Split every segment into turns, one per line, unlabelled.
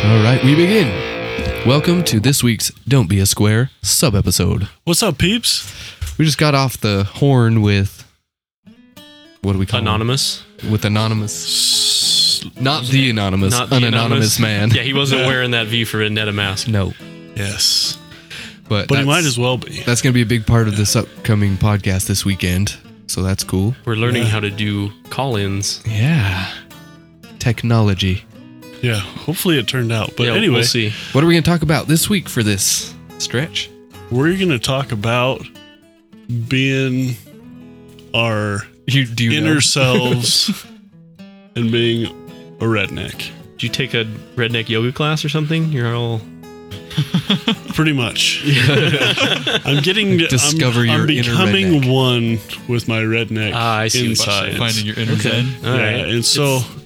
All right, we begin. Welcome to this week's Don't Be a Square sub episode.
What's up, peeps?
We just got off the horn with what do we call him?
Anonymous.
With anonymous,
S-
not the anonymous,
Not the
an anonymous, man.
Yeah, he wasn't
Yeah.
wearing that V for Vendetta mask.
No,
Yes,
but
but he might
that's-
as well be.
That's going to be a big part of this upcoming podcast this weekend. So that's cool.
We're learning
Yeah.
how to do call-ins.
Yeah. Technology.
Yeah, hopefully it turned out. But
Yeah,
anyway,
we'll see.
What are we going to talk about this week for this stretch?
we're going to talk about being our
You do you
inner
know?
selves and being a redneck.
Did you take a redneck yoga class or something? You're all
Pretty much. I'm getting to
Discover
I'm,
your
I'm
inner
becoming
redneck.
one with my redneck
Ah, I see what you're
inside.
finding your inner
okay.
zen.
All right.
yeah, and so
It's-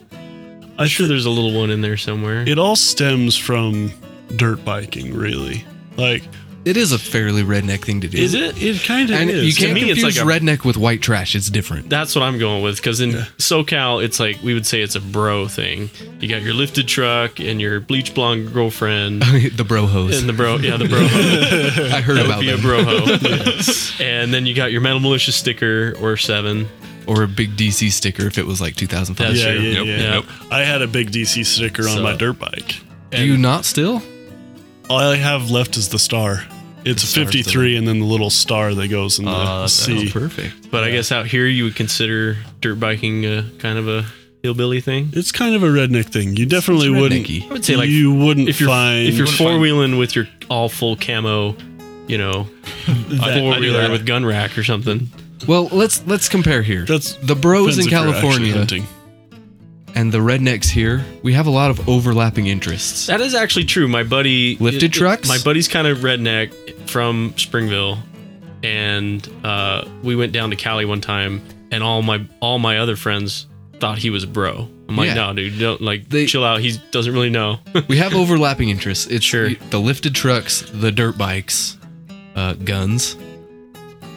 I'm sure there's a little one in there somewhere.
it all stems from dirt biking, really. Like
It is a fairly redneck thing to do.
Is it? It kind of
And
is.
you can't
me, it's
confuse
like a-
redneck with white trash. It's different.
That's what I'm going with because in SoCal, it's like we would say it's a bro thing. You got your lifted truck and your bleach blonde girlfriend
the bro hose.
and the bro, yeah, the bro.
I heard about
be a
them.
broho. And then you got your metal militia sticker or seven.
or a big DC sticker if it was like 2005.
That's
yeah,
true.
yeah,
Yep,
yeah.
yep.
I had a big DC sticker on
So-
my dirt bike.
Do you not still?
All I have left is the star. It's a
The star's
53 and then the little star that goes in the
Oh,
C.
perfect.
But I guess out here you would consider dirt biking a kind of a hillbilly thing.
It's kind of a redneck thing. You definitely wouldn't.
rednecky. I
would say, like,
you wouldn't
If you're
find
if you're
Wouldn't
four
find-
wheeling with your all full camo, you know,
that-
four wheeler
that.
with gun rack or something.
Well, let's let's compare here.
That's
the bros
depends
in
if you're actually
California
hunting.
and the rednecks here. We have a lot of overlapping interests.
That is actually true. My buddy
Lifted trucks?
My buddy's kind of redneck from Springville, and uh, we went down to Cali one time, and all my all my other friends thought he was a bro. I'm like,
Yeah.
no, dude, don't like
They-
chill out. He doesn't really know.
we have overlapping interests. It's
Sure.
the lifted trucks, the dirt bikes, uh, guns.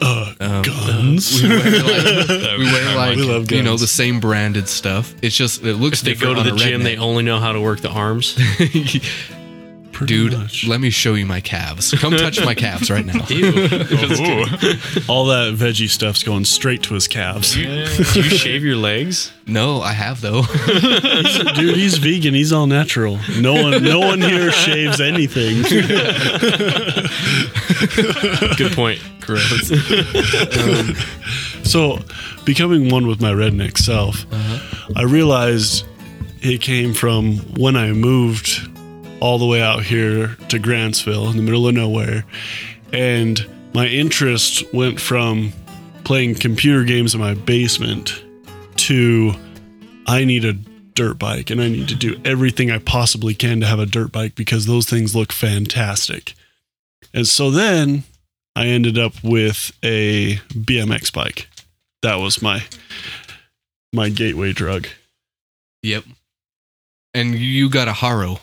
Uh,
Um,
guns.
We wear like, we wear like
We love
you know
guns.
the same branded stuff. It's just it looks
If they go
different
to the
on a
gym, they
redneck.
only know how to work the arms.
Pretty
Dude,
much.
let me show you my calves. Come touch my calves right now.
Ew.
Ooh.
all that veggie stuff's going straight to his calves.
Do you shave your legs?
No, I have though.
Dude, he's vegan. He's all natural. No one, no one here shaves anything.
Good point. Gross.
So, becoming one with my redneck self, I realized it came from when I moved all the way out here to Grantsville in the middle of nowhere. And my interest went from playing computer games in my basement to I need a dirt bike and I need to do everything I possibly can to have a dirt bike because those things look fantastic. And so then I ended up with a BMX bike. That was my my gateway drug.
yep. And you got a Haro,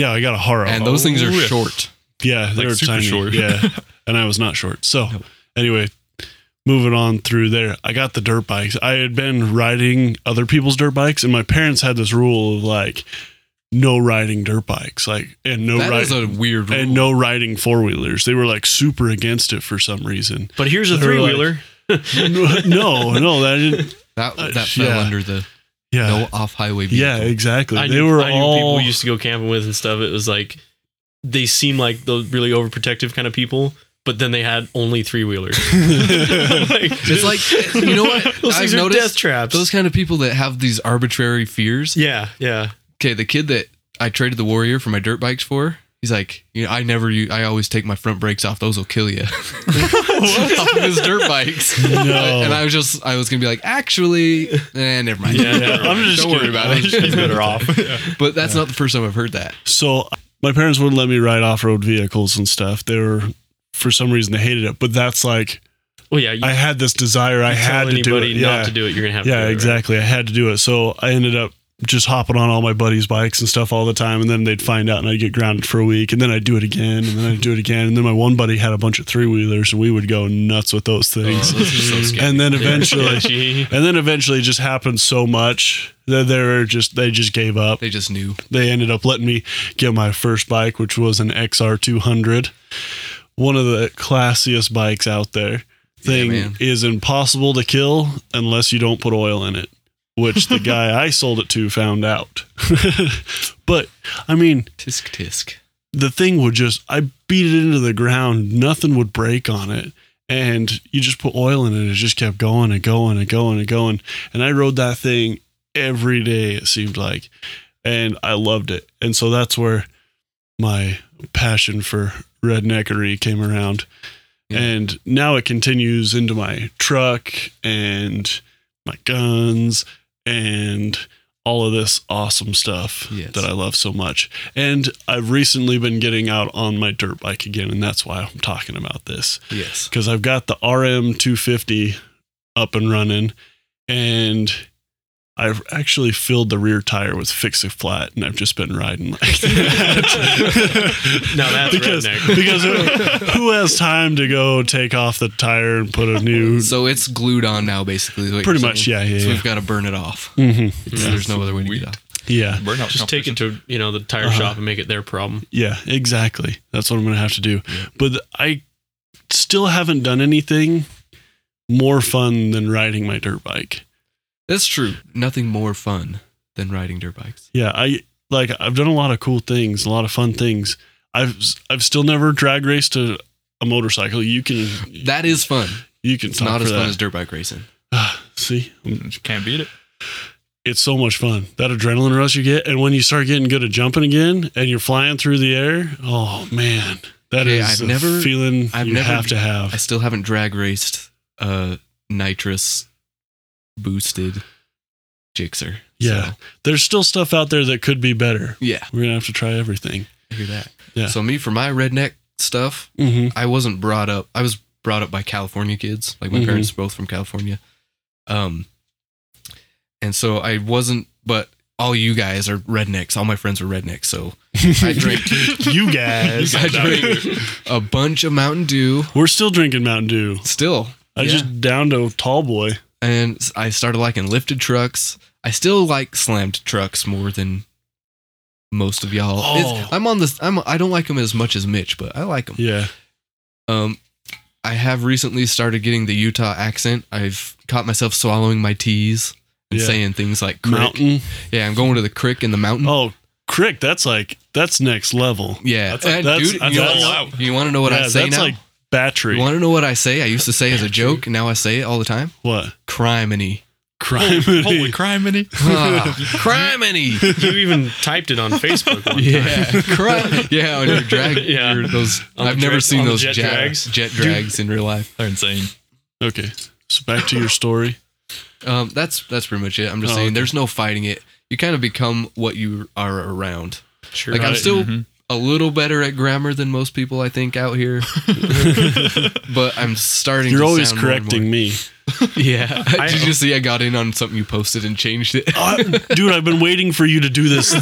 Yeah, I got a Haro.
and those things are
yeah.
short.
yeah, they're
like super
tiny.
short.
Yeah, and I was not short. So anyway, moving on through there, I got the dirt bikes. I had been riding other people's dirt bikes, and my parents had this rule of like no riding dirt bikes, like and no
that is
riding
a weird rule.
and no riding four wheelers. They were like super against it for some reason.
But here's a
They're
three
like-
wheeler.
no, no, that didn't.
that
uh,
that fell
yeah.
under the
Yeah,
no off highway.
Yeah, exactly.
I
they
knew,
were
I knew
all
people used to go camping with and stuff. It was like they seem like the really overprotective kind of people, but then they had only three wheelers.
It's like you know what
those
I've
things are death
noticed.
traps.
Those kind of people that have these arbitrary fears.
yeah, yeah.
Okay, the kid that I traded the Warrior for my dirt bikes for. He's like, you know, I never, u- I always take my front brakes off. Those will kill you. off of his dirt bikes.
No.
And I was just, I was gonna be like, actually, eh, never mind.
Yeah, yeah.
I'm just
Don't worry
kidding.
about
I'm
it.
just kidding.
But that's not the first time I've heard that.
So my parents wouldn't let me ride off-road vehicles and stuff. They were for some reason they hated it, but that's like
Well, yeah. You
I had this desire. I
tell
had to do it.
anybody
Yeah,
not to do it. You're gonna have to.
yeah,
do it, right?
exactly. I had to do it. So I ended up just hopping on all my buddies' bikes and stuff all the time, and then they'd find out, and I'd get grounded for a week, and then I'd do it again, and then I'd do it again, and then my one buddy had a bunch of three wheelers, and we would go nuts with those things.
those are so scary.
and then eventually,
Eventually.
and then eventually, it just happened so much that they were just they just gave up.
They just knew.
They ended up letting me get my first bike, which was an XR 200, one of the classiest bikes out there. Thing
man.
is impossible to kill unless you don't put oil in it, which the guy I sold it to found out. but I mean,
Tisk tisk.
the thing would just I beat it into the ground, nothing would break on it. And you just put oil in it, it just kept going and going and going and going. And I rode that thing every day, it seemed like. And I loved it. And so that's where my passion for redneckery came around.
Yeah.
And now it continues into my truck and my guns and all of this awesome stuff
Yes.
that I love so much. And I've recently been getting out on my dirt bike again, and that's why I'm talking about this
Yes.
because I've got the RM 250 up and running, and I've actually filled the rear tire with fix a flat, and I've just been riding like that.
Now that's
because
redneck.
because who- who has time to go take off the tire and put a new?
So it's glued on now, basically. is what
Pretty
you're
much,
saying.
yeah, yeah,
So
yeah.
we've got to burn it off.
Mhm.
It's- There's no other way to
Sweet.
get it off.
Yeah,
Burnout
Just take it to you know the tire
Uh-huh.
shop and make it their problem.
yeah, exactly. That's what I'm gonna have to do. But I still haven't done anything more fun than riding my dirt bike.
That's true. Nothing more fun than riding dirt bikes.
Yeah, I like I've done a lot of cool things, a lot of fun things. I've I've still never drag raced a, a motorcycle. You can
That is fun.
you can
It's
talk
not
for
as fun
that. Ah,
as dirt bike racing.
See,
Just can't beat it.
it's so much fun. That adrenaline rush you get, and when you start getting good at jumping again, and you're flying through the air, oh man, that
Okay,
is
I've
a
never-
feeling
I've
you
never-
have to
I
have.
still haven't drag raced a nitrous boosted Gixxer.
Yeah.
So,
There's still stuff out there that could be better.
yeah.
We're gonna have to try everything.
I hear that.
Yeah.
So me for my redneck stuff,
Mm-hmm.
I wasn't brought up. I was brought up by California kids. Like my
Mhm.
parents are both from California. Um, and so I wasn't. But all you guys are rednecks. All my friends are rednecks. So I drank.
you guys.
I drank a bunch of Mountain Dew.
We're still drinking Mountain Dew.
Still,
I
Yeah.
just downed a tall boy.
and s- I started liking lifted trucks. I still like slammed trucks more than most of y'all. It's-
Oh.
I'm on this. I'm. I don't like them as much as Mitch, but I like them.
Yeah.
Um, I have recently started getting the Utah accent. I've caught myself swallowing my T's and
Yeah.
saying things like crick.
Mountain.
Yeah, I'm going to the crick in the mountain.
Oh, crick. That's like that's next level.
yeah,
that's- that's-
dude,
that's
you,
all
wanna,
out.
you want to know what I
Yeah,
say
that's
now?
like battery.
you want to know what I say? I used to say as a joke, and now I say it all the time.
what
Criminy,
crime?
Holy crime, Minnie.
ah, criminy.
You even typed it on Facebook. One time.
Yeah, crime. Yeah, on your drag.
Yeah.
your- those.
On the
I've never
dra-
seen
on the
those
jet
ja-
drags.
Jet drags in real life.
They're insane.
Okay. So back to your story.
Um, that's that's pretty much it. I'm just
Oh,
saying,
okay.
there's no fighting it. You kind of become what you are around.
Sure.
Like I'm
Right.
still
mm-hmm.
Mhm.
a little better at grammar than most people I think out here, but I'm starting.
You're
to
always
sound more and
correcting
more-
me,
Yeah. Did you see? I got in on something you posted and changed it.
I- Uh, dude. I've been waiting for you to do this that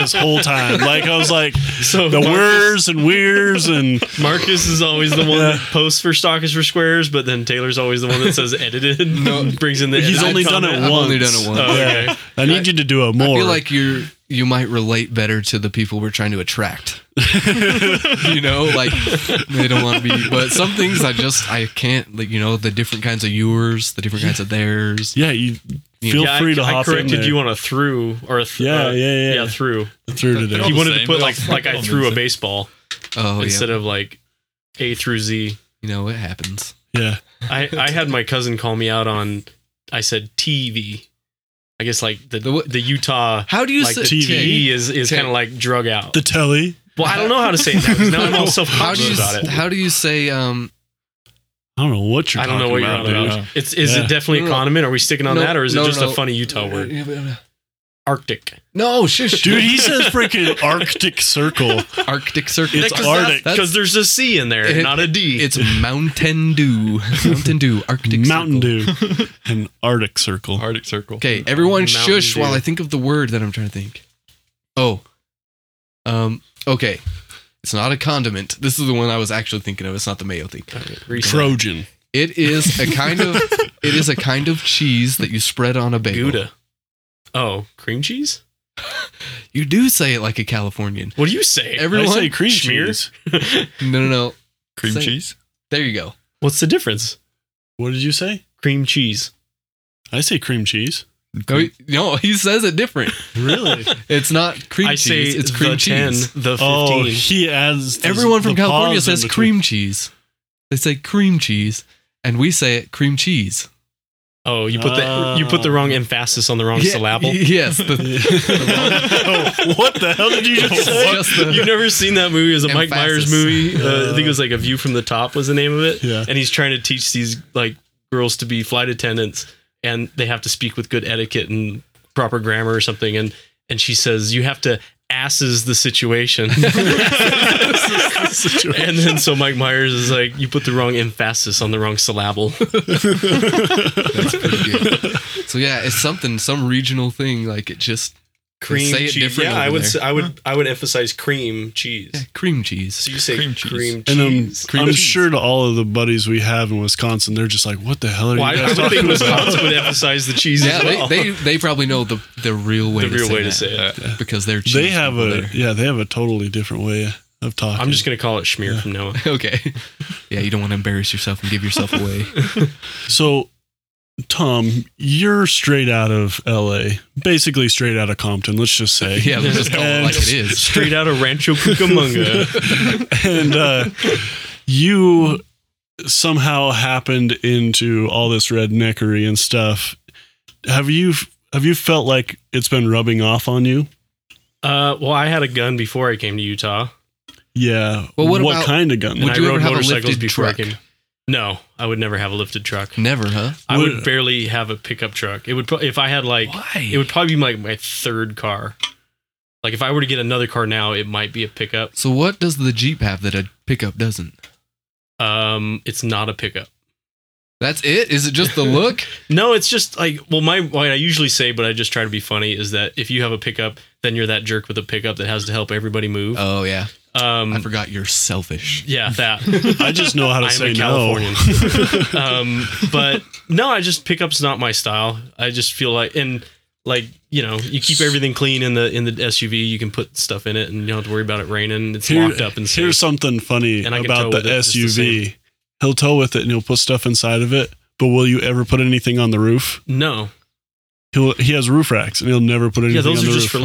this whole time. Like I was like
so
the
Marcus,
whirs and weirs and
Marcus is always the one that posts for Stockers for Squares, but then Taylor's always the one that says edited.
No.
brings in the.
he's
edited
only done it
comment.
once.
I've only done it once.
Oh, okay.
Yeah. I need you to do it
I
more.
feel like you're you might relate better to the people we're trying to attract. you know, like they don't want to be. But some things I just I can't like you know the different kinds of yours, the different kinds of theirs.
yeah, you feel
Yeah, I-
free to
I,
hop
corrected
in there.
you on a through or a th-
Yeah,
uh,
yeah, yeah.
through.
through today.
All
He
the
wanted to
same.
put
They all-
like like
they
I
all
threw
mean
a
the same.
baseball
Oh
instead
yeah,
of like A through Z.
you know it happens.
yeah,
I I had my cousin call me out on. I said TV. I guess like
The
the the,
what?
Utah
How do you
like
say
the TV is is
Okay.
kind of like drug out.
the telly.
well, I don't know how to say it now. 'cause Now I'm all self
How do
conscious
you
about it.
how do you say um
I don't know what you're.
I don't know
talking
what you're
about,
on about.
dude.
It's is
Yeah.
it definitely a
No, no.
condiment? Are we sticking on
No,
that, or is
no,
it just
no.
a funny Utah word?
Yeah, but, uh,
Arctic.
No, shush.
Dude, he says freaking Arctic Circle.
Arctic Circle.
It's Arctic.
that's-
Because there's a C in there,
It-
not a D.
It's Mountain Dew. Mountain Dew. Arctic
Mountain
Circle.
Dew and Arctic Circle.
Arctic Circle.
Okay, everyone
Mountain
shush
Dew.
while I think of the word that I'm trying to think. Oh. Um, okay. It's not a condiment. This is the one I was actually thinking of. It's not the mayo thing.
Reset.
Trojan.
It is a kind of it is a kind of cheese that you spread on a bagel.
Gouda. Oh, cream cheese?
You do say it like a Californian.
What do you say?
Everyone
I say cream
Schmear?
cheese.
No no no.
Cream
Say-
cheese.
There you go.
What's the difference?
What did you say?
Cream cheese.
I say cream cheese.
No, he, no, he says it different.
Really?
It's not cream
I
cheese,
say
it's cream
the
cheese.
10, the 15.
oh, he adds. the-
Everyone from
the
California
pause in
says
between.
cream cheese. They say cream cheese, and we say it cream cheese.
oh, you put the you put
Ah.
the wrong emphasis on the wrong syllable.
Yes, the,
oh, what the hell did you just say?
just the-
You've never seen that movie? It was a Mike
Emphasis.
Myers movie. Uh, I think it was like A View from the Top was the name of it.
Yeah.
And he's trying to teach these like girls to be flight attendants, and they have to speak with good etiquette and proper grammar or something. And and she says you have to asses the situation. and then so Mike Myers is like, you put the wrong emphasis on the wrong syllable.
pretty good. So yeah, it's something, some regional thing. Like it just Cream say it cheese. different
Yeah, I
over
would.
there.
say- I would. I would emphasize cream cheese.
yeah, cream cheese.
So you say cream
Cream
cheese.
cheese.
And
um,
I'm,
um, Cream
I'm
cheese.
sure to all of the buddies we have in Wisconsin, they're just like, what the hell are
Well, I,
you
I
guys
would think
talking about?
Wisconsin would emphasize the cheese
Yeah,
as well.
they, they they probably know the the real way
the
to
real
say
way to
that
say it.
because they're cheese
They have
people
a
there.
yeah, they have a totally different way of talking.
I'm just gonna call it schmear from now on.
okay. Yeah, you don't want to embarrass yourself and give yourself away.
So, Tom, you're straight out of L.A., basically straight out of Compton. Let's just say.
Yeah, let's just call it like it is.
Straight out of Rancho Cucamonga.
and uh, you somehow happened into all this redneckery and stuff. Have you have you felt like it's been rubbing off on you?
uh, well, I had a gun before I came to Utah,
Yeah.
Well, what about-
kind of gun?
and
Would
I
you
rode
ever have a
motorcycles
lifted
before I
truck? Hmm.
came. No, I would never have a lifted truck.
Never, huh?
I
Would-
would barely have a pickup truck. It would pro- if I had like
Why?
it would probably be like my third car. Like if I were to get another car now, it might be a pickup.
So what does the Jeep have that a pickup doesn't?
Um, it's not a pickup.
That's it? Is it just the look?
No, it's just like well, my what I usually say, but I just try to be funny, is that if you have a pickup, then you're that jerk with a pickup that has to help everybody move.
oh yeah. I
um,
forgot you're selfish.
yeah, that.
I just know how to
I'm
say
a
no.
Californian. um, but no, I just pickup's not my style. I just feel like and like you know, you keep everything clean in the in the SUV. You can put stuff in it, and you don't have to worry about it raining. It's
Here-
locked up and safe.
here's something funny
And I can
about
tow
the
with it just the
SUV. He'll tow with it and he'll put stuff inside of it. But will you ever put anything on the roof?
no,
He'll, he has roof racks and he'll never put anything
yeah, those
on
are
the
just for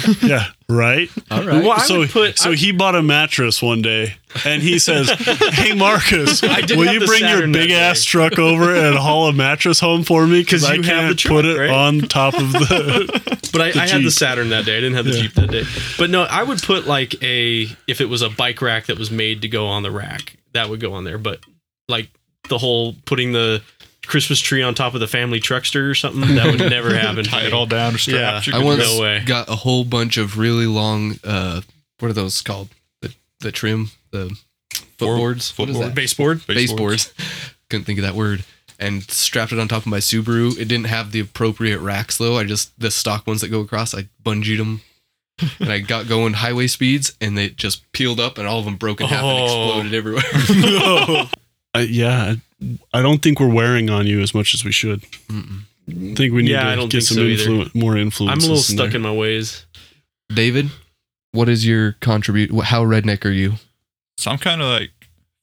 roof.
looks.
yeah, right?
All right.
Well, I
so,
would put.
so
I-
he bought a mattress one day and he says, Hey, Marcus,
I did
will
have
you
the
bring your
Saturn that
big ass
day."
truck over and haul a mattress home for me? Because
'Cause
I
you have the
can't
truck,
put it
right?
on top of the.
But I, I had
Jeep.
the Saturn that day. I didn't have the Jeep that day. But no, I would put like a if it was a bike rack that was made to go on the rack, that would go on there. But like the whole putting the Christmas tree on top of the family truckster or something, that would never happen. to
Tie it
me.
all down, strapped.
Yeah.
you
I
can
once
go.
No way.
got a whole bunch of really long uh what are those called? The the trim, the footboards, what is
footboard.
that?
Baseboard.
Baseboards. Couldn't think of that word. And strapped it on top of my Subaru. It didn't have the appropriate racks though. I just the stock ones that go across, I bungeed them. And I got going highway speeds and they just peeled up and all of them broke in half and
Oh.
exploded everywhere.
Uh, yeah, I don't think we're wearing on you as much as we should. I think we need
Yeah, I
to
don't
get
think
some
so either.
influ- more influence.
I'm a little stuck in my ways.
David, what is your contribute? wh- How redneck are you?
So I'm kind of like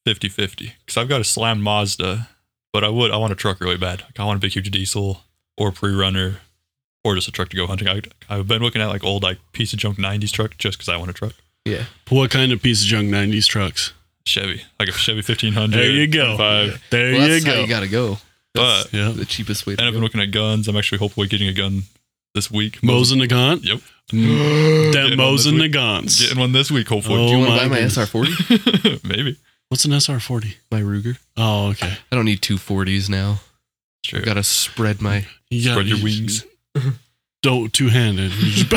50 50 because I've got a slammed Mazda, but I would, I want a truck really bad. Like I want a big, huge diesel or pre runner or just a truck to go hunting. I, I've been looking at like old, like piece of junk 90s truck just because I want a truck.
Yeah.
What kind of piece of junk 90s trucks?
Chevy, like a Chevy 1500.
There you go.
25.
There
Well,
you
that's how
go.
you gotta go.
But
yeah.
The cheapest way to
and I've
go.
been looking at guns. I'm actually hopefully getting a gun this week.
Mosin Nagant?
Yep.
That
Getting on this
Mosin
week.
Nagants.
Getting one this week,
Do
hopefully.
you
Oh
want to
my
buy my
goodness.
SR40?
Maybe.
What's an SR40?
my Ruger?
Oh, okay.
I don't need 240s now.
Sure.
I've got to spread my.
You got-
Spread your wings.
don't two handed.
He's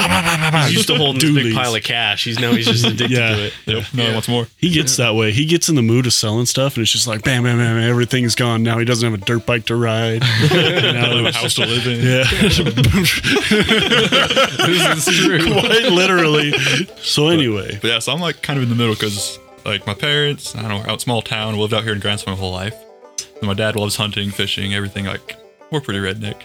used to holding this big pile of cash. He's now he's just addicted
Yeah.
to it.
Yep. No, he wants more.
He gets that way. He gets in the mood of selling stuff, and it's just like bam, bam, bam. Everything's gone now. He doesn't have a dirt bike to ride. You
I don't
know,
have a house to live in.
yeah,
This is true.
quite literally. So anyway,
But yeah, so I'm like kind of in the middle because like my parents, I don't know, out small town, lived out here in Grantsville my whole life. And my dad loves hunting, fishing, everything. Like we're pretty redneck,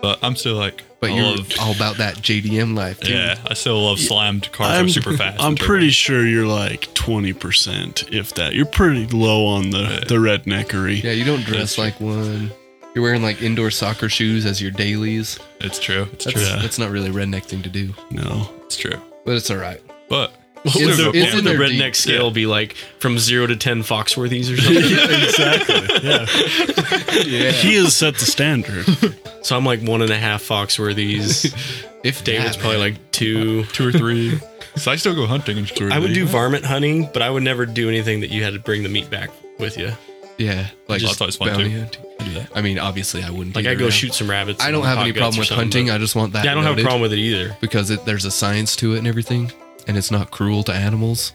but I'm still like,
But
I
you're
love-
all about that JDM life, too.
yeah, I still love slammed cars that
I'm
are super fast.
I'm
and turbo.
pretty sure you're like twenty percent, if that. You're pretty low on the the redneckery.
Yeah, you don't dress like one. You're wearing like indoor soccer shoes as your dailies.
It's true. It's
That's
true.
Uh.
Yeah.
that's not really a redneck thing to do,
No,
It's true.
but it's all right.
But
What would
It's-
the,
it's
what would
in
the
their
redneck
deep-
scale be like from zero to ten Foxworthies or something?
exactly. Yeah,
Yeah,
he has set the standard.
so I'm like one and a half Foxworthies.
if
David's
that,
probably
man.
like two.
two or three. so I still go hunting and shit.
I would do varmint hunting, but I would never do anything that you had to bring the meat back with you.
yeah, like
Just- That's always fun,
bounty
too.
hunting.
I do that.
I mean, obviously, I wouldn't.
Like
take
I
it
go
around.
shoot some rabbits.
I
and
don't have
hot
any
guts
problem
or
with
something,
hunting.
but-
I just want that.
Yeah, I don't have a
noted
problem with it either.
because it, there's a science to it and everything, and it's not cruel to animals.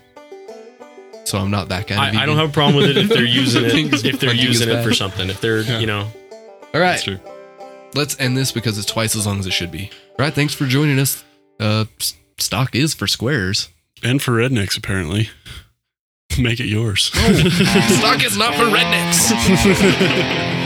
So I'm not that kind of.
I, I don't
vegan.
have a problem with it if they're using
Things-
it if they're
hunting is
using it
bad.
for something. If they're
Yeah.
you know
All
That's
right,
true.
let's end this because it's twice as long as it should be. All right, thanks for joining us. Uh, s- stock is for squares.
And for rednecks, apparently. Make it yours.
stock is not for rednecks.